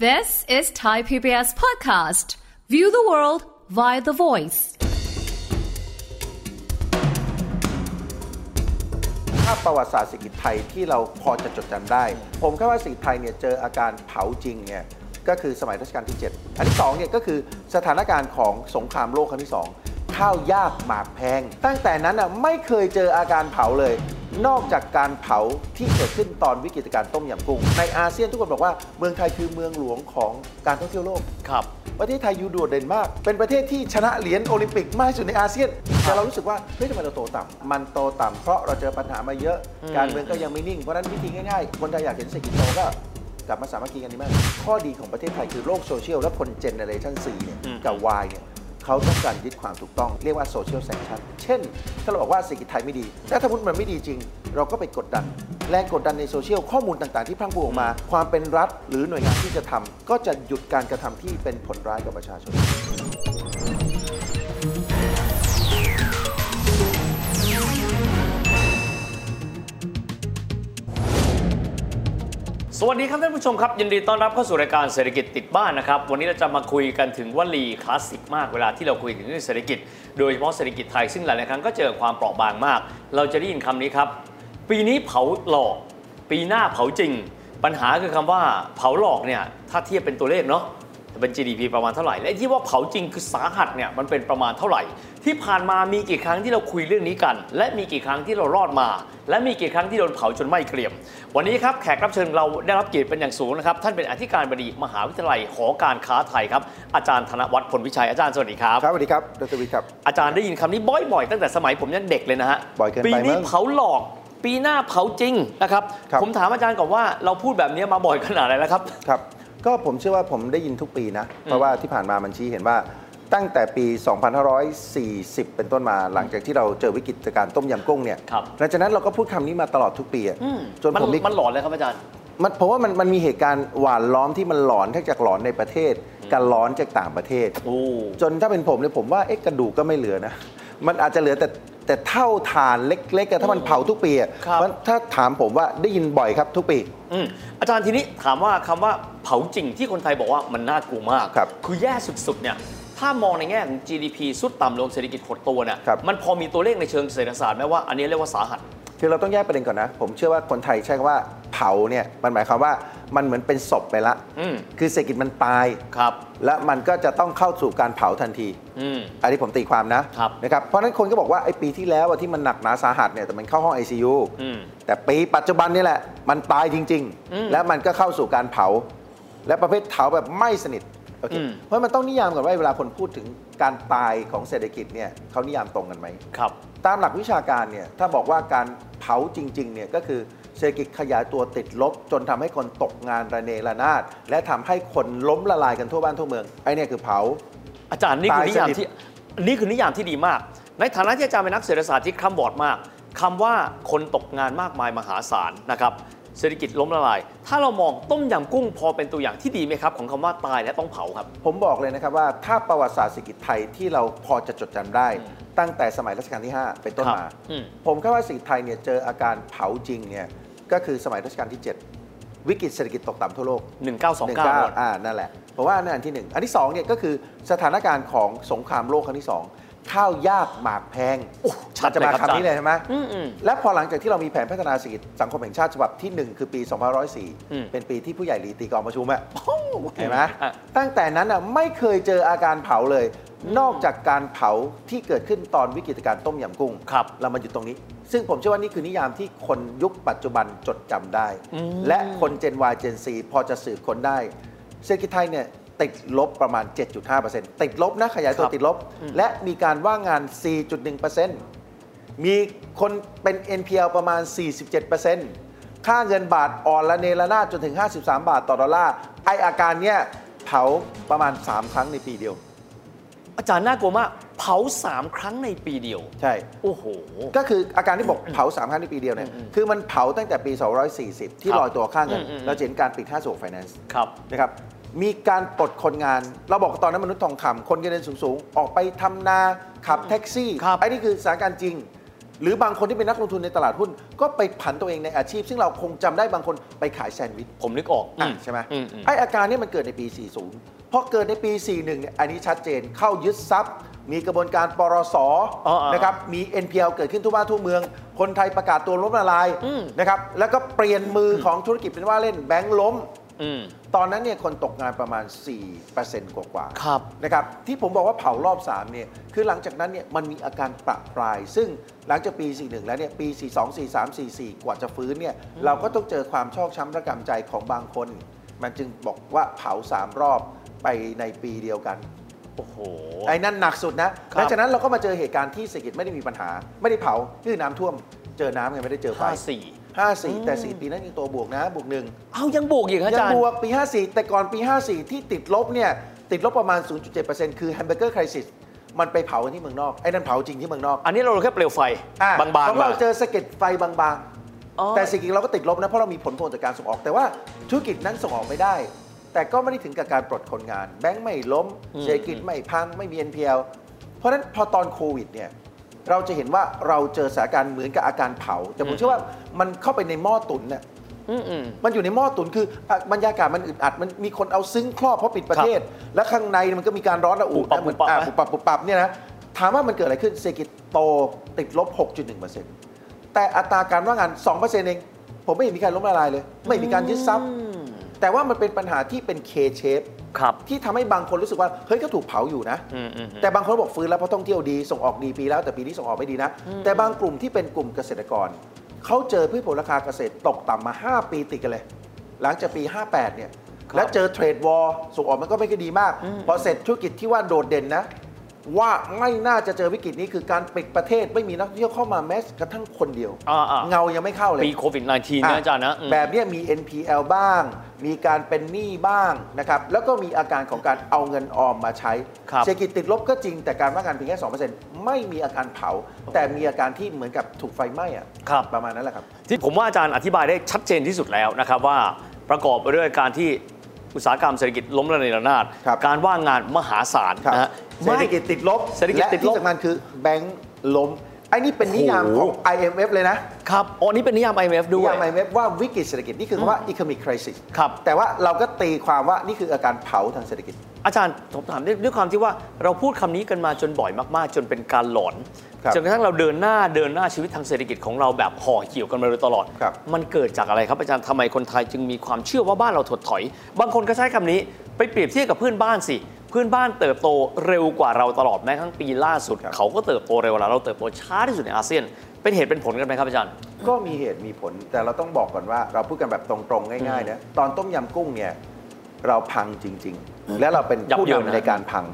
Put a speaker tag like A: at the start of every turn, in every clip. A: This is Thai PBS Podcast. View the world via the voice.
B: ภาพประวัติศาสตร์เศรษฐกิจไทยที่เราพอจะจดจำได้ ผมแค่ว่าเศรษฐกิจไทยเนี่ยเจออาการเผาจริงเนี่ยก็คือสมัยรัชกาลที่ 7 อันที่2เนี่ยก็คือสถานการณ์ของสงครามโลกครั้งที่ 2 ข้าวยากหมากแพง ตั้งแต่นั้นอ่ะไม่เคยเจออาการเผาเลย นอกจากการเผาที่เกิดขึ้นตอนวิกฤตการณ์ต้มยำกุ้งในอาเซียนทุกคนบอกว่าเมืองไทยคือเมืองหลวงของการท่องเที่ยวโลก
C: ครับ
B: ประเทศไทยยูโดดเด่นมาก เป็นประเทศที่ชนะเหรียญโอลิมปิกมากที่สุดในอาเซียน แต่เรารู้สึกว่า เฮ้ยทำไมเราโตต่ำ มันโตต่ำเพราะเราเจอปัญหามาเยอะ
C: อืม
B: การเมืองก็ยังไม่นิ่ง เพราะฉะนั้นวิธีง่ายๆ คนไทยอยากเห็นเศรษฐกิจโตก็กลับมาสามัคคีกันดีมาก ข้อดีของประเทศไทยคือโลกโซเชียลและคนเจเนเรชั o น4เนี่ยกับ Y เนี่ยเขาต้องการยึดความถูกต้องเรียกว่าโซเชียลแซงชั n เช่น ถ้าเราบอกว่าเศรษฐกิจไทยไม่ดี แต่ถ้าพูดมันไม่ดีจริง เราก็ไปกดดัน แรงกดดันในโซเชียลข้อมูลต่างๆที่พรั่งพรูออกมา ความเป็นรัฐหรือหน่วยงานที่จะทำก็จะหยุดการกระทำที่เป็นผลร้ายกับประชาชน
C: สวัสดีครับท่านผู้ชมครับ ยินดีต้อนรับเข้าสู่รายการเศรษฐกิจติดบ้านนะครับ วันนี้เราจะมาคุยกันถึงวลีคลาสสิกมากเวลาที่เราคุยถึงเรื่องเศรษฐกิจ โดยเฉพาะเศรษฐกิจไทยซึ่งหลายๆครั้งก็เจอความเปราะบางมาก เราจะได้ยินคำนี้ครับ ปีนี้เผาหลอก ปีหน้าเผาจริง ปัญหาคือคำว่าเผาหลอกเนี่ยถ้าเทียบเป็นตัวเลขเนาะ เป็น GDP ประมาณเท่าไหร่ และที่ว่าเผาจริงคือสาหัสเนี่ยมันเป็นประมาณเท่าไหร่ ที่ผ่านมามีกี่ครั้งที่เราคุยเรื่องนี้กัน และมีกี่ครั้งที่เรารอดมา และมีกี่ครั้งที่โดนเผาจนไหม้เกรียม วันนี้ครับแขกรับเชิญเราได้รับเกียรติเป็นอย่างสูงนะครับ ท่านเป็นอธิการบดีมหาวิทยาลัยหอการค้าไทยครับ อาจารย์ธนวัฒน์พลวิชัยอาจารย์สวัสดีครับ
B: ครับสวัสดีครับดรวิทย์ครับ
C: อาจารย์ได้ยินคำนี้บ่อยๆ ตั้งแต่สมัยผมยังเด็กเลยนะฮะ
B: บ่อยเกินไป
C: ปีนี้
B: มั้ง
C: เผาหลอก ปีหน้าเผาจริงนะครับ
B: ครับ
C: ผมถามอาจารย์ก่อนว่าเราพูดแบบนี้มาบ่อยขนาดไหนแล้วครับ
B: ครับ ก็ผมเชื่อว่าผมได้ยินทุกปีนะ เพราะว่าที่ผ่านมามันชี้เห็นว่าตั้งแต่ปี 2540 เป็นต้นมาหลังจากที่เราเจอวิกฤตการณ์ต้มยำกุ้งเนี่ย
C: ครับ
B: หลังจากนั้นเราก็พูดคำนี้มาตลอดทุกปีอะ
C: อืม
B: จนผมมี
C: มันหลอนเลยครับอาจารย์
B: มันเพราะว่ามันมันมีเหตุการณ์หวานล้อมที่มันหลอนทั้งจากหลอนในประเทศกับหลอนจากต่างประเทศ
C: โอ้
B: จนถ้าเป็นผมเนี่ยผมว่าเอ๊ะกระดูกก็ไม่เหลือนะ มันอาจจะเหลือแต่แต่เท่าฐานเล็กๆอะถ้ามันเผาทุกปีอะ
C: ครับ
B: มันถ้าถามผมว่าได้ยินบ่อยครับทุกปี
C: อืมอาจารย์ทีนี้ถามว่าคำว่าเผาจริงที่คนไทยบอกว่ามันน่ากลัวมาก
B: ครับ
C: อแย่สุดๆเนี่ยถ้ามองในแง่ของ GDP สุดต่ำลงเศรษฐกิจหดตัวเนี่ย
B: ครับ
C: มันพอมีตัวเลขในเชิงเศรษฐศาสตร์ไหมว่าอันนี้เรียกว่าสาหัส
B: คือเราต้องแยกประเด็นก่อนนะ ผมเชื่อว่าคนไทยใช้คำว่าเผาเนี่ยมันหมายความว่ามันเหมือนเป็นศพไปละ
C: อืม
B: คือเศรษฐกิจมันตาย
C: ครับ
B: และมันก็จะต้องเข้าสู่การเผาทันที
C: อืม
B: อันนี้ผมตีความนะครับ นะครับเพราะฉะนั้นคนก็บอกว่าไอ้ปีที่แล้วอะที่มันหนักหนาสาหัสเนี่ยแต่มันเข้าห้อง ICU
C: อืม
B: แต่ปีปัจจุบันนี่แหละ มันตายจริง
C: อืม
B: ๆ และมันก็เข้าสู่การเผา และประเภทเผาแบบไม่สนิทโอเค
C: อืม
B: เพราะมันต้องนิยามก่อนว่าเวลาคนพูดถึงการตายของเศรษฐกิจเนี่ยเขานิยามตรงกันไหม
C: ครับ
B: ตามหลักวิชาการเนี่ยถ้าบอกว่าการเผาจริงๆเนี่ยก็คือเศรษฐกิจขยายตัวติดลบ จนทำให้คนตกงานระเนระนาด และทำให้คนล้มละลายกันทั่วบ้านทั่วเมืองไอ้เนี่ยคือเผา
C: อาจารย์นี่คือ
B: ตาย
C: นิยาม
B: สนิท
C: ที่นี่คือนิยามที่ดีมาก ในฐานะที่อาจารย์เป็นนักเศรษฐศาสตร์ที่คร่ำบอดมากคำว่าคนตกงานมากมายมหาศาลนะครับเศรษฐกิจล้มละลาย ถ้าเรามองต้มยำกุ้งพอเป็นตัวอย่างที่ดีไหมครับ ของคำว่าตายและต้องเผาครับ
B: ผมบอกเลยนะครับว่าถ้าประวัติศาสตร์เศรษฐกิจไทยที่เราพอจะจดจำได้ ตั้งแต่สมัยรัชกาลที่ 5 เป็นต้น
C: ครับ
B: มา
C: อืม
B: ผมคิดว่าเศรษฐกิจไทยเนี่ยเจออาการเผาจริงเนี่ยก็คือสมัยรัชกาลที่ 7 วิกฤตเศรษฐกิจตกต่ำทั่วโลก
C: 1929
B: 19อ่านั่นแหละผมว่านั่นอันที่หนึ่งอันที่สองเนี่ยก็คือสถานการณ์ของสงครามโลกครั้งที่สองข้าวยากหมากแพง
C: โอ้ชั
B: มั
C: ด
B: นจะมา
C: เลยครับ
B: คำนี้เลยใช่ไหม
C: อืมอืม
B: และพอหลังจากที่เรามีแผนพัฒนาเศรษฐกิจสังคมแห่งชาติฉบับที่หนึ่งคือปี
C: อืม
B: 2504 เป็นปีที่ผู้ใหญ่หลีตีกลองประชุมอะ เห็นไหม
C: อ่ะ
B: ตั้งแต่นั้นอ่ะไม่เคยเจออาการเผาเลย นอกจากการเผาที่เกิดขึ้นตอนวิกฤตการณ์ต้มยำกุ้ง
C: ครับ
B: เรามาอยู่ตรงนี้ ซึ่งผมเชื่อว่านี่คือนิยามที่คนยุคปัจจุบันจดจำได้ และคนเจน Y เจน C พอจะสื่อคนได้ เศรษฐกิจไทยเนี่ยติดลบประมาณ 7.5%ติดลบนะขยายตัว
C: ครับ
B: ติดลบ และมีการว่างงาน 4.1% มีคนเป็น NPL ประมาณ 47%ค่าเงินบาทอ่อนละเนระนาดจนถึง 53 บาทต่อดอลลาร์ ไออาการเนี้ยเผาประมาณ 3 ครั้งในปีเดียว
C: อาจารย์น่ากลัวมากเผาสามครั้งในปีเดียว
B: ใช่
C: โอ้โห
B: ก็คืออาการที่บอกเผา 3 ครั้งในปีเดียวเนี่ย คือมันเผาตั้งแต่ปี 240 ที่
C: ครับ
B: ลอยตัวค่าเงิน
C: อืมอืม
B: เราจะเห็นการปิดค่าส่งไฟแนนซ์
C: ครับ
B: นะครับ มีการปลดคนงาน เราบอกว่าตอนนั้นมนุษย์ทองคำคนเงินเดือนสูง ๆ ออกไปทำนา ขับแท็กซี่
C: ครับ
B: ไอ้นี่คือสถานการณ์จริง หรือบางคนที่เป็นนักลงทุนในตลาดหุ้น ก็ไปผันตัวเองในอาชีพ ซึ่งเราคงจำได้บางคนไปขายแซนด์วิช
C: ผมนึกออก
B: อ่ะ
C: อื
B: ใช่ไหม
C: อือืม
B: ไออาการเนี้มันเกิดในปี 40 พอเกิดในปี 41เนี่ยอันนี้ชัดเจนเข้ายึดทรัพย์ มีกระบวนการปรส
C: อ๋ออ๋อ
B: นะครับมี NPL เกิดขึ้นทั่วบ้านทั่วเมือง คนไทยประกาศตัวล้มละลาย
C: อืม
B: นะครับแล้วก็เปลี่ยนมืออของธุรกิจเป็นว่าเล่นแบงค์ล้ม
C: อืม
B: ตอนนั้นเนี่ยคนตกงานประมาณ 4%กว่ากว่าๆ
C: ครับ
B: นะครับที่ผมบอกว่าเผารอบ3เนี่ยคือหลังจากนั้นเนี่ยมันมีอาการปรับปลาย ซึ่งหลังจากปี 41 แล้วเนี่ยปี 42 43 44 กว่าจะฟื้นเนี่ยเราก็ต้องเจอความชอกช้ำระกำใจของบางคน มันจึงบอกว่าเผา 3 รอบไปในปีเดียวกัน
C: โอ้โห
B: ไอ้นั่นหนักสุดนะครับ หลังจากนั้นเราก็มาเจอเหตุการณ์ที่เศรษฐกิจไม่ได้มีปัญหา ไม่ได้เผาคือน้ำท่วม เจอน้ำไงไม่ได้เจอไฟ
C: ห้าสี่
B: 54 แต่ 4 ปีนั้นยังตัวบวกนะบวกหนึ่ง
C: เอายังบวกอีกฮะอา
B: ยัง
C: จารย์
B: บวกปี 54 แต่ก่อนปี 54 ที่ติดลบเนี่ย ติดลบประมาณ 0.7%คือแฮมเบอร์เกอร์คริสิสมันไปเผากันที่เมืองนอก ไอ้นั่นเผาจริงที่เมืองนอก
C: อันนี้เราแค่เปลวไฟ
B: อ่ะ
C: บาง
B: ขอ
C: ๆ
B: ง
C: มา
B: เราเจอสะเก็ดไฟบาง
C: อ๋อ
B: ๆ แต่สิ่งจริงเราก็ติดลบนะ เพราะเรามีผลพวงจากการส่งออก แต่ว่าธุรกิจนั้นส่งออกไม่ได้ แต่ก็ไม่ได้ถึงกับการปลดคนงาน แบงก์ไม่ล้มเศรษฐกิจไม่พังไม่มี NPL เพราะฉะนั้นพอตอนโควิดเนี่ยเราจะเห็นว่าเราเจอสถานการณ์เหมือนกับอาการเผา แต่ผมเชื่อว่ามันเข้าไปในหม้อตุ๋นน่ะ
C: อืมอืม
B: มันอยู่ในหม้อตุนคืออ่ะบรรยากาศมันอึดอัด มันมีคนเอาซึ้งครอบเพราะปิดประเทศ และข้างในมันก็มีการร้อนระอุ
C: ปุบปับ
B: นะเหมือน
C: ปุบปับ
B: อ่ะ
C: ไหม
B: ปุบปับปุบปับเนี่ยนะถามว่ามันเกิดอะไรขึ้นเศรษฐกิจโตติดลบ 6.1%แต่อัตราการว่างงาน 2%เอง ผมไม่เห็นมีการล้มละลายเลย ไม่มีการยึดทรัพย์
C: อืม
B: แต่ว่ามันเป็นปัญหาที่เป็น K-shape
C: ครับ
B: ที่ทำให้บางคนรู้สึกว่า เฮ้ยก็ถูกเผาอยู่นะ
C: อืมอืมอืม
B: แต่บางคนบอกฟื้นแล้วเพราะท่องเที่ยวดีส่งออกดีปีแล้วแต่ปีนี้ส่งออกไม่ดีนะ แต่บางกลุ่มที่เป็นกลุ่มเกษตรกร เขาเจอพืชผลราคาเกษตรตกต่ำมา 5 ปีติดกันเลย หลังจากปี 58 เนี่ย
C: ครับ
B: แล้วเจอเทรดวอลส่งออกมันก็ไม่ค่อยดีมาก พอเสร็จธุรกิจที่ว่าโดดเด่นนะ ว่าไม่น่าจะเจอวิกฤตนี้คือการปิดประเทศไม่มีนักท่องเที่ยวเข้ามาแม้กระทั่งคนเดียว
C: อ่าๆ
B: เงายังไม่เข้าเลย
C: ปีโควิด -19 นะอาจารย์นะอืม
B: แบบเนี้ยมี NPL บ้าง มีการเป็นหนี้บ้างนะครับ แล้วก็มีอาการของการเอาเงินออมมาใช้
C: ครับ
B: เศรษฐกิจติดลบก็จริง แต่การว่างงานเพียงแค่สองเปอร์เซ็นต์ไม่มีอาการเผา แต่มีอาการที่เหมือนกับถูกไฟไหม้อะ
C: ครับ
B: ประมาณนั้นแหละครับ
C: ที่ผมว่าอาจารย์อธิบายได้ชัดเจนที่สุดแล้วนะครับว่าประกอบไปด้วยการที่อุตสาหกรรมเศรษฐกิจล้มระเนระนาด
B: ครับ
C: การว่างงานมหาศาล
B: ครับ
C: นะฮะ
B: เศรษฐ
C: ไม่
B: กิจติดลบ
C: เศรษฐกิจติ
B: และ
C: ดลบ
B: ที่สำคัญคือแบงก์ล้มไอ้นี่เป็นนิยาม
C: โอ้
B: ข
C: โห
B: อง IMF เลยนะครับ
C: อ๋อนี่เป็นนิยาม IMF ด้
B: นิ
C: วย
B: ยาม IMF ว่าวิกฤตเศรษฐกิจนี่คือคำว่า economic crisis
C: ครับ
B: แต่ว่าเราก็ตีความว่านี่คืออาการเผาทางเศรษฐกิจ
C: อาจารย์ผมถามด้วยด้วยความที่ว่าเราพูดคำนี้กันมาจนบ่อยมากๆ จนเป็นการหลอน
B: ครับ
C: จนกระทั่งเราเดินหน้าเดินหน้าชีวิตทางเศรษฐกิจของเราแบบห่อเหี่ยวกันมาโดยตลอด
B: ครับ
C: มันเกิดจากอะไรครับอาจารย์ทำไมคนไทยจึงมีความเชื่อว่าบ้านเราถดถอย บางคนก็ใช้คำนี้ไปเปรียบเทียบกับเพื่อนบ้านสิ เพื่อนบ้านเติบโตเร็วกว่าเราตลอดแม้กระทั้งปีล่าสุด
B: ครับ
C: เขาก็เติบโตเร็วกว่าเราเราเติบโตช้าที่สุดในอาเซียน เป็นเหตุเป็นผลกันไหมครับอาจารย์
B: ก็มีเหตุมีผลแต่เราต้องบอกก่อนว่าเราพูดกันแบบตรงๆ ง่ายๆนะตอนต้มยำกุ้งเนี่ยเราพังจริง ๆ และเราเป็น
C: ยับ
B: ผู้
C: เยินนะ
B: นำในการพัง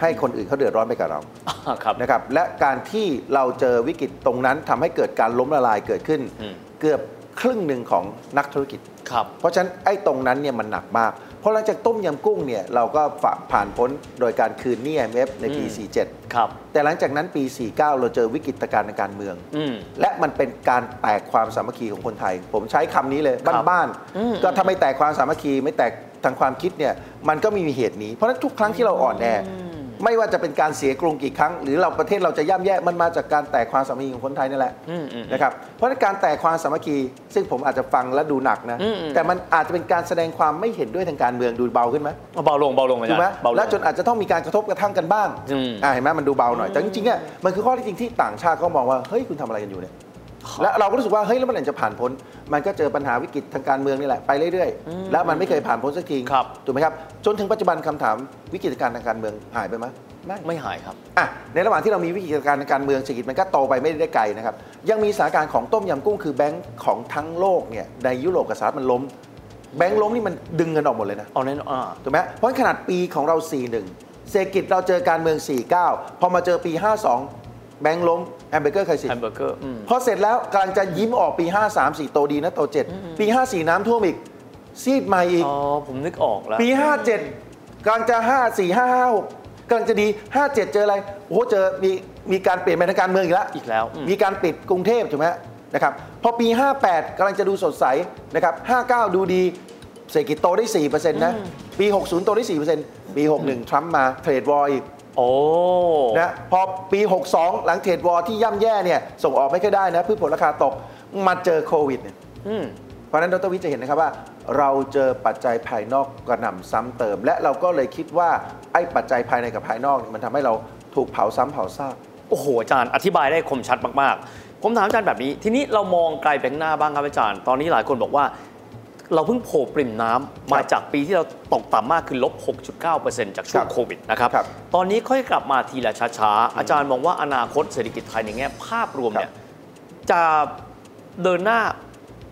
B: ให้คนอื่นเขาเดือดร้อนไปกับเรา
C: อ่าครับ
B: นะครับและการที่เราเจอวิกฤตตรงนั้นทำให้เกิดการล้มละลายเกิดขึ้น
C: อืม
B: เกือบครึ่งหนึ่งของนักธุรกิจ
C: ครับ
B: เพราะฉะนั้นไอ้ตรงนั้นเนี่ยมันหนักมาก เพราะหลังจากต้มยำกุ้งเนี่ยเราก็ฝ่าผ่านพ้นโดยการคืนหนี้ IMF ในปี
C: อืม
B: 47
C: ครับ
B: แต่หลังจากนั้นปี 49 เราเจอวิกฤตการณ์ทางการเมือง
C: อืม
B: และมันเป็นการแตกความสามัคคีของคนไทย ผมใช้คำนี้เลย
C: ครับ
B: บ้าน
C: อืม
B: ๆก็ถ้าไม่แตกความสามัคคีไม่แตกทางความคิดเนี่ยมันก็ไมีมีเหตุนี้เพราะฉะนั้นทุกครั้งที่เราอ่อนแออไม่ว่าจะเป็นการเสียกรุงกี่ครั้ง หรือเราประเทศเราจะย่ำแย่มันมาจากการแตกความสามัคคีของคนไทยนี่แหละ
C: อืมอืม
B: นะครับเพราะฉะนั้นการแตกความสามัคคี ซึ่งผมอาจจะฟังและดูหนักนะ
C: อืมอืม
B: แต่มันอาจจะเป็นการแสดงความไม่เห็นด้วยทางการเมืองดูเบาขึ้นไหม
C: เบาลงเบาลงอาจา
B: ถู
C: ร
B: กไหม
C: ย์เบาล
B: และ
C: ง
B: จนอาจจะต้องมีการกระทบกระทั่งกันบ้าง
C: อืม
B: อ่าเห็นไหมมันดูเบาหน่อย แต่จริงๆเนี่ยมันคือข้อที่จริงที่ต่างชาติเขามองว่า เฮ้ย คุณทำอะไรกันอยู่เนี่ย
C: ครับ
B: และเราก็รู้สึกว่า เฮ้ย แล้วมันอาจจะผ่านพ้น มันก็เจอปัญหาวิกฤตทางการเมืองนี่แหละ ไปเรื่อยๆ แล้วมันไม่เคยผ่านพ้นสักที
C: ครับ
B: ถูกไหมครับ จนถึงปัจจุบันคำถามวิกฤตการณ์ทางการเมืองหายไปไหมไม่
C: ไม่หายครับ
B: อ่ะในระหว่างที่เรามีวิกฤตการณ์ทางการเมืองเศรษฐกิจมันก็โตไปไม่ได้ไกลนะครับ ยังมีสถานการณ์ของต้มยำกุ้งคือแบงก์ของทั้งโลกเนี่ยในยุโรปกับสหรัฐมันล้ม แบงก์ล้มนี่มันดึงเงินออกหมดเลยนะ
C: เอาแน่นอนอ่า
B: ถูกไหมเพราะขนาดปีของเรา 41 เศรษฐกิจเราเจอการเมือง 49 พอมาเจอปี 52 แบงค์ล้มแฮมเบอร์เกอร์ใครสิ
C: แฮมเบอร์เกอร์อืม
B: พอเสร็จแล้วกำลังจะยิ้มออกปี 53 4 โตดีนะโต 7 ปี 54 น้ำท่วมอีก ซีดใหม่อีก
C: อ๋อ ผมนึกออกแล้ว
B: ปี 57กำลังจะ 5 4 5 5 6กำลังจะดี 57 เจออะไร โอ้โห เจอมีมีการเปลี่ยนแปลงทางการเมืองอีกแล้ว
C: อีกแล้วอืม
B: มีการปิดกรุงเทพถูกไหมนะครับ พอปี 58กำลังจะดูสดใสนะครับ59 ดูดี เศรษฐกิจโตได้ 4%นะ ปี 60 โตได้ 4%ปี 61 ทรัมป์มาเทรดวอร์อีก
C: โอ้
B: นะพอปี 62 หลังเทรดวอร์ที่ย่ำแย่เนี่ยส่งออกไม่ค่อยได้นะพืชผลราคาตกมาเจอโควิดเนี่ย
C: อืม
B: เพราะฉะนั้นดรวิทย์จะเห็นนะครับว่า เราเจอปัจจัยภายนอกกระหน่ำซ้ำเติม และเราก็เลยคิดว่าไอ้ปัจจัยภายในกับภายนอกเนี่ยมันทำให้เราถูกเผาซ้ำเผาซาก
C: โอ้โหอาจารย์อธิบายได้คมชัดมากๆ ผมถามอาจารย์แบบนี้ ทีนี้เรามองไกลไปข้างหน้าบ้างครับอาจารย์ ตอนนี้หลายคนบอกว่า เราเพิ่งโผล่ปริ่มน้ำมาจากปีที่เราตกต่ำมากคือลบ 6.9%จากช่ว
B: ค
C: ง
B: รับ
C: โควิดนะครับ
B: ครับ
C: ตอนนี้ค่อยกลับมาทีละช้าๆ อาจารย์มองว่าอนาคตเศรษฐกิจไทยในแง่ภาพรวมเนี่ย
B: ครับ
C: จะเดินหน้า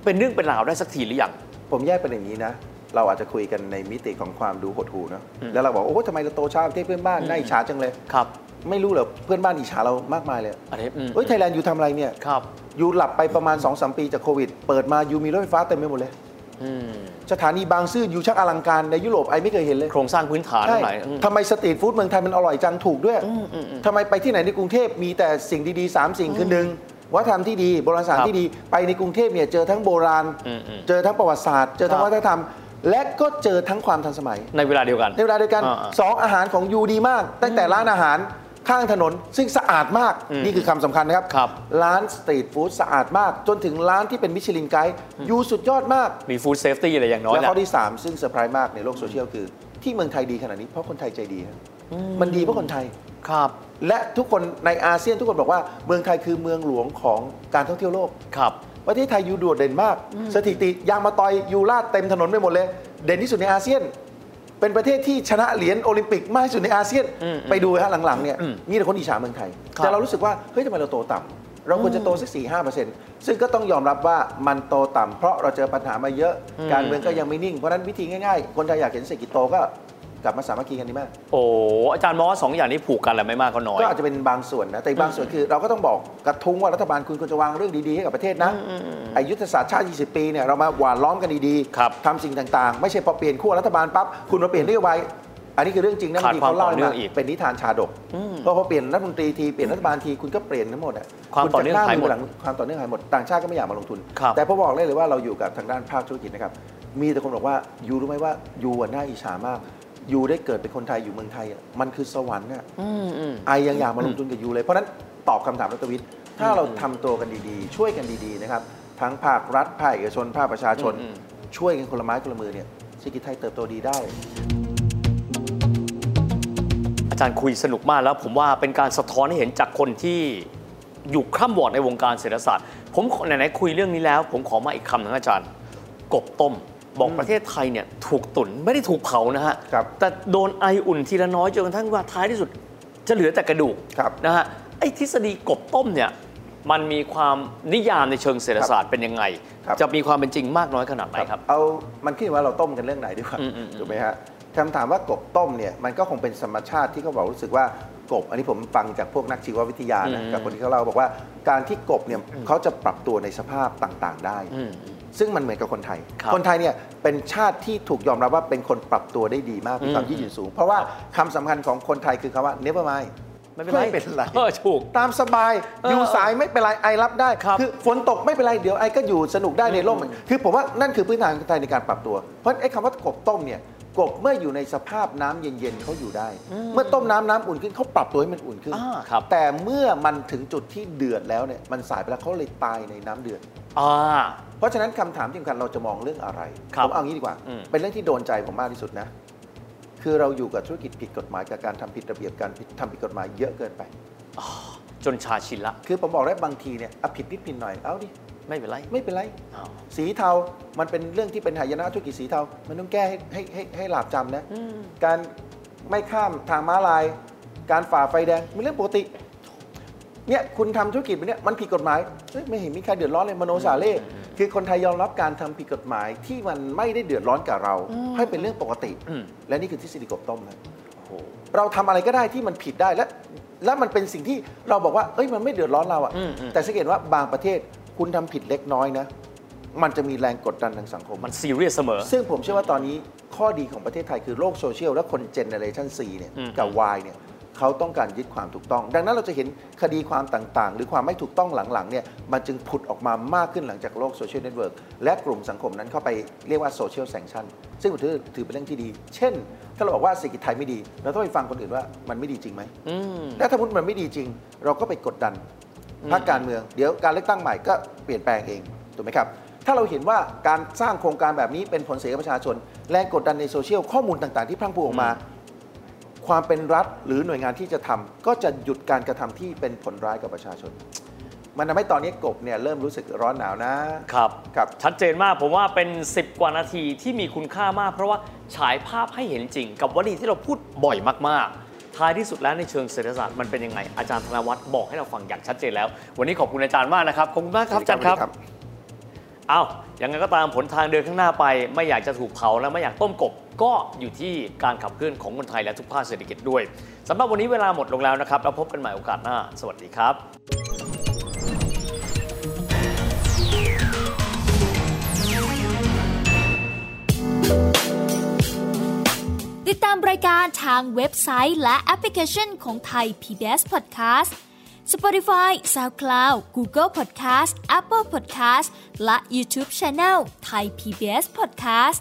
C: เป็นเรื่องเป็นราวได้สักทีหรือยัง
B: ผมแยกเป็นอย่างนี้นะ เราอาจจะคุยกันในมิติของความดูหดหูเนอะแล้วเราบอกโอ้โหทำไมเราโตช้าประเทศเพื่อนบ้านน่าอิจฉาจังเลย
C: ครับ
B: ไม่รู้เหรอเพื่อนบ้านอิจฉาเรามากมายเลย
C: อันนี้อืม
B: เฮ้ยไทยแลนด์อยู่ทำอะไรเนี่ย
C: ครับ
B: อยู่หลับไปประมาณ2อสปีจากโควิด เปิดมาอยู่มีรถไฟฟ้าเต็มไปหมดเลย
C: อืม
B: สถานีบางซื่ออยู่ช่างอลังการในยุโรปไอไม่เคยเห็นเลย
C: โครงสร้างพื้นฐาน
B: ใช่
C: ทั้งหลายอืม
B: ทำไมสตรีทฟู้ดเมืองไทยมันอร่อยจังถูกด้วย
C: อืมอืมอืม
B: ทำไมไปที่ไหนในกรุงเทพมีแต่สิ่งดีๆ 3 สิ่งคือหนึ่งวัฒนธรรมที่ดีโบราณสถาน
C: ครับ
B: ที่ดีไปในกรุงเทพเนี่ยเจอทั้งโบราณ
C: อืมอืม
B: เจอทั้งประวัติศาสตร์ เจอทั้ง
C: ครับ
B: วัฒนธรรม และก็เจอทั้งความทันสมัย
C: ในเวลาเดียวกัน
B: ในเวลาเดียวกัน
C: อ่าๆ
B: สองอาหารของยูดีมาก ตั้งแต่ร้านอาหารข้างถนน ซึ่งสะอาดมาก
C: อืม
B: นี่คือคำสำคัญนะครับ
C: ครับ
B: ร้านสตรีทฟู้ดสะอาดมาก จนถึงร้านที่เป็นมิชลินไกด์ยูสุดยอดมาก
C: มีฟู้ดเซฟตี้อะไรอย่างน้อย
B: และ
C: แหละ
B: ข้อที่ 3 ซึ่งเซอร์ไพรส์มากในโลกโซเชียลคือ ที่เมืองไทยดีขนาดนี้เพราะคนไทยใจดีฮะมันดีเพราะคนไทย
C: ครับ
B: และทุกคนในอาเซียนทุกคนบอกว่าเมืองไทยคือเมืองหลวงของการท่องเที่ยวโลก
C: ครับ
B: ประเทศไทยอยู่โดดเด่นมาก สถิติยางมาตอยยูราดเต็มถนนไปหมดเลย เด่นที่สุดในอาเซียน เป็นประเทศที่ชนะเหรียญโอลิมปิกมากที่สุดในอาเซียน
C: อืม
B: ไปดูฮะหลังๆเนี่ย
C: อืม
B: มีแต่คนอิจฉาเมืองไทย
C: ครับ
B: แต่เรารู้สึกว่า เฮ้ยทำไมเราโตต่ำเราควรจะโตสักสี่ห้าเปอร์เซ็นต์ซึ่งก็ต้องยอมรับว่ามันโตต่ำเพราะเราเจอปัญหามาเยอะ การเมืองก็ยังไม่นิ่ง เพราะฉะนั้นวิธีง่ายๆ คนไทยอยากเห็นเศรษฐกิจโตก็กลับมาสามัคคีกันดีมาก
C: โอ้อาจารย์มองว่าสองอย่างนี้ผูกกันแหละไม่มากก็น้อย
B: ก็อาจจะเป็นบางส่วนนะ แต่อีกบางส่วนคือเราก็ต้องบอกกระทุ้งว่ารัฐบาลคุณควรจะวางเรื่องดีๆให้กับประเทศนะไอายุทธศาสตร์ชาติ 20 ปีเนี่ยเรามาหวานล้อมกันดี
C: ครับ
B: ทำสิ่งต่างๆ ไม่ใช่พอเปลี่ยนขั้วรัฐบาลปั๊บคุณมาเปลี่ยนนโยบายอันนี้คือเรื่องจริงนะ
C: ขา
B: บา
C: ด
B: งที
C: ความ
B: เขาเล่า
C: ต่อเนื่องอีก
B: เป็นนิทานชาดกเพราะพอเปลี่ยนรัฐมนตรีทีเปลี่ยนรัฐบาลทีคุณก็เปลี่ยนทั้งหมดอ่ะ
C: ความต่อเนื่อง
B: ณจะ
C: หายหมด
B: ลัความต่อเนื่องหายหมดต่างชาติก็ไม่อยากมาลงทุน
C: ครับ
B: แต่พอบอกเลยเลยว่าเราอยู่กับทางด้านภาคธุรกิจนะครับมีแต่คนบอกว่ายูรู้ไหมว่ายูอะน่าอิจฉามากยูได้เกิดเป็นคนไทยอยู่เมืองไทยอะมันคือสวรรค์อะ
C: อืมอืม
B: ไอยังอยากมาลงทุนกับยูเลย เพราะฉะนั้นตอบคำถามรัฐวิทย์ ถ้าเราทำตัวกันดีๆ ช่วยกันดีๆนะครับ ทั้งภาครัฐ ภาคเอกชน ภาคประชาชน
C: อืม
B: ช่วยกันคนละไม้คนละมือเนี่ยเศรษฐกิจไทยเติบโตดีได้
C: อาจารย์คุยสนุกมากแล้ว ผมว่าเป็นการสะท้อนให้เห็นจากคนที่อยู่คร่ำวอดในวงการเศรษฐศาสตร์ ผมขอไหนๆคุยเรื่องนี้แล้ว ผมขอมาอีกคำหนึงอาจารย์ กบต้ม บอกประเทศไทยเนี่ยถูกตุนไม่ได้ถูกเผานะฮะ
B: ครับ
C: แต่โดนไออุ่นทีละน้อยจนกระทั่งว่าท้ายที่สุดจะเหลือแต่กระดูก
B: ครับ
C: นะฮะไอ้ทฤษฎีกบต้มเนี่ยมันมีความนิยามในเชิงเศรษฐศาสตร์เป็นยังไง
B: ครับ
C: จะมีความเป็นจริงมากน้อยขนาดไหนครับ
B: เอา มันขึ้นอยู่ว่าเราต้มกันเรื่องไหนดีกว่า
C: อืมอืมอืม
B: ถูกไหมฮะคำถามว่ากบต้มเนี่ย มันก็คงเป็นธรรมชาติที่เขาบอกรู้สึกว่ากบ อันนี้ผมฟังจากพวกนักชีววิทยานะ
C: อืม
B: กับคนที่เขาเล่าบอกว่า การที่กบเนี่ยเขาจะปรับตัวในสภาพต่างๆ ได้
C: อืม
B: ซึ่งมันเหมือนกับคนไทย
C: ครับ
B: คนไทยเนี่ยเป็นชาติที่ถูกยอมรับว่าเป็นคนปรับตัวได้ดีมาก มีความยืดหยุ่นสูง เพราะว่าคำสำคัญของคนไทยคือคำว่า never mind
C: ไม่เป็นไรเออถูก
B: ตามสบาย
C: เออ
B: อยู่สายไม่เป็นไร ไอรับได้
C: ครับ
B: อฝนตกไม่เป็นไร เดี๋ยวไอก็อยู่สนุกได้ในร่มคือผมว่านั่นคือพื้นฐานของคนไทยในการปรับตัว เพราะไอ้คำว่ากบต้มเนี่ย กบเมื่ออยู่ในสภาพน้ำเย็นๆเขาอยู่ได้ เมื่อต้มน้ำน้ำอุ่นขึ้นเขาปรับตัวให้มันอุ่นขึ้น
C: อ่าครับ
B: แต่เมื่อมันถึงจุดที่เดือดแล้วเนี่ย มันสายไปแล้วเขาเลยตายในน้ำเดือด
C: อ่า
B: เพราะฉะนั้นคำถามที่สำคัญเราจะมองเรื่องอะไร
C: ครับ
B: ผมเอางี้ดีกว่า
C: อืม
B: เป็นเรื่องที่โดนใจผมมากที่สุดนะ คือเราอยู่กับธุรกิจผิดกฎหมายกับการทำผิดระเบียบการผิดทำผิดกฎหมายเยอะเกินไป
C: จนชาชินละ
B: คือผมบอกได้บางทีเนี่ยเอาผิดนิดผิดหน่อย เอาดิ
C: ไม่เป็นไร
B: ไม่เป็นไร
C: อ้าว
B: สีเทา มันเป็นเรื่องที่เป็นหายนะธุรกิจสีเทา มันต้องแก้ให้ให้ให้ให้หลาบจำนะ การไม่ข้ามทางม้าลาย การฝ่าไฟแดงเป็นเรื่องปกติ เนี่ยคุณทำธุรกิจแบบเนี้ยมันผิดกฎหมายเฮ้ยไม่เห็นมีใครเดือดร้อนเลยมโนสาเล่คือคนไทยยอมรับการทำผิดกฎหมายที่มันไม่ได้เดือดร้อนกับเรา ให้เป็นเรื่องปกติ
C: อืม
B: และนี่คือทฤษฎีกบต้มนะ
C: โอ้โห
B: เราทำอะไรก็ได้ที่มันผิดได้และ และมันเป็นสิ่งที่เราบอกว่าเอ้ยมันไม่เดือดร้อนเรา
C: อืมอืม
B: อะ่ะแต่สังเกตว่าบางประเทศคุณทำผิดเล็กน้อยนะ มันจะมีแรงกดดันทางสังคม
C: มันซีเรียสเสมอ
B: ซึ่งผมเชื่อว่าตอนนี้ข้อดีของประเทศไทยคือโลกโซเชียลและคนเจเนอเรชัน C เนี่ย
C: อืม
B: กับ Y เนี่ย เขาต้องการยึดความถูกต้อง ดังนั้นเราจะเห็นคดีความต่างๆ หรือความไม่ถูกต้องหลังๆเนี่ยมันจึงผุดออกมามากขึ้นหลังจากโลกโซเชียลเน็ตเวิร์กและกลุ่มสังคมนั้นเข้าไปเรียกว่าโซเชียลแซงชันซึ่งผมถือถือเป็นเรื่องที่ดี เช่น ถ้าเราบอกว่าเศรษฐกิจไทยไม่ดี เราต้องไปฟังคนอื่นว่ามันไม่ดีจริงไหม
C: อืม
B: แล้วถ้าพุทมันไม่ดีจริง เราก็ไปกดดันพรรคการเมือง เดี๋ยวการเลือกตั้งใหม่ก็เปลี่ยนแปลงเองถูกไหมครับ ถ้าเราเห็นว่าการสร้างโครงการแบบนี้เป็นผลเสียกับประชาชน แรงกดดันในโซเชียลข้อมูลต่างๆ ที่พรั่งพรูออกมา ความเป็นรัฐหรือหน่วยงานที่จะทำก็จะหยุดการกระทำที่เป็นผลร้ายกับประชาชน มันทำให้ตอนนี้กบเนี่ยเริ่มรู้สึกร้อนหนาวนะ
C: ครับ
B: ครับ
C: ชัดเจนมากผมว่าเป็น 10 กว่านาทีที่มีคุณค่ามาก เพราะว่าฉายภาพให้เห็นจริง กับวลีที่เราพูดบ่อยมาก ๆ ท้ายที่สุดแล้วในเชิงเศรษฐศาสตร์มันเป็นยังไง อาจารย์ธนวัฒน์บอกให้เราฟังอย่างชัดเจนแล้ว วันนี้ขอบคุณอาจารย์มากนะครับ ขอบคุณมากครับอาจารย์ครับ เอาอย่างไงก็ตามผลทางเดินข้างหน้าไป ไม่อยากจะถูกเผาและไม่อยากต้มกบ ก็อยู่ที่การขับเคลื่อนของคนไทยและทุกภาคเศรษฐกิจด้วยสำหรับวันนี้เวลาหมดลงแล้วนะครับแล้วพบกันใหม่โอกาสหน้า สวัสดีครับ
D: ติดตามรายการทางเว็บไซต์และแอปพลิเคชันของไทย PBS Podcast Spotify SoundCloud Google Podcast Apple Podcast และ YouTube Channel Thai PBS Podcast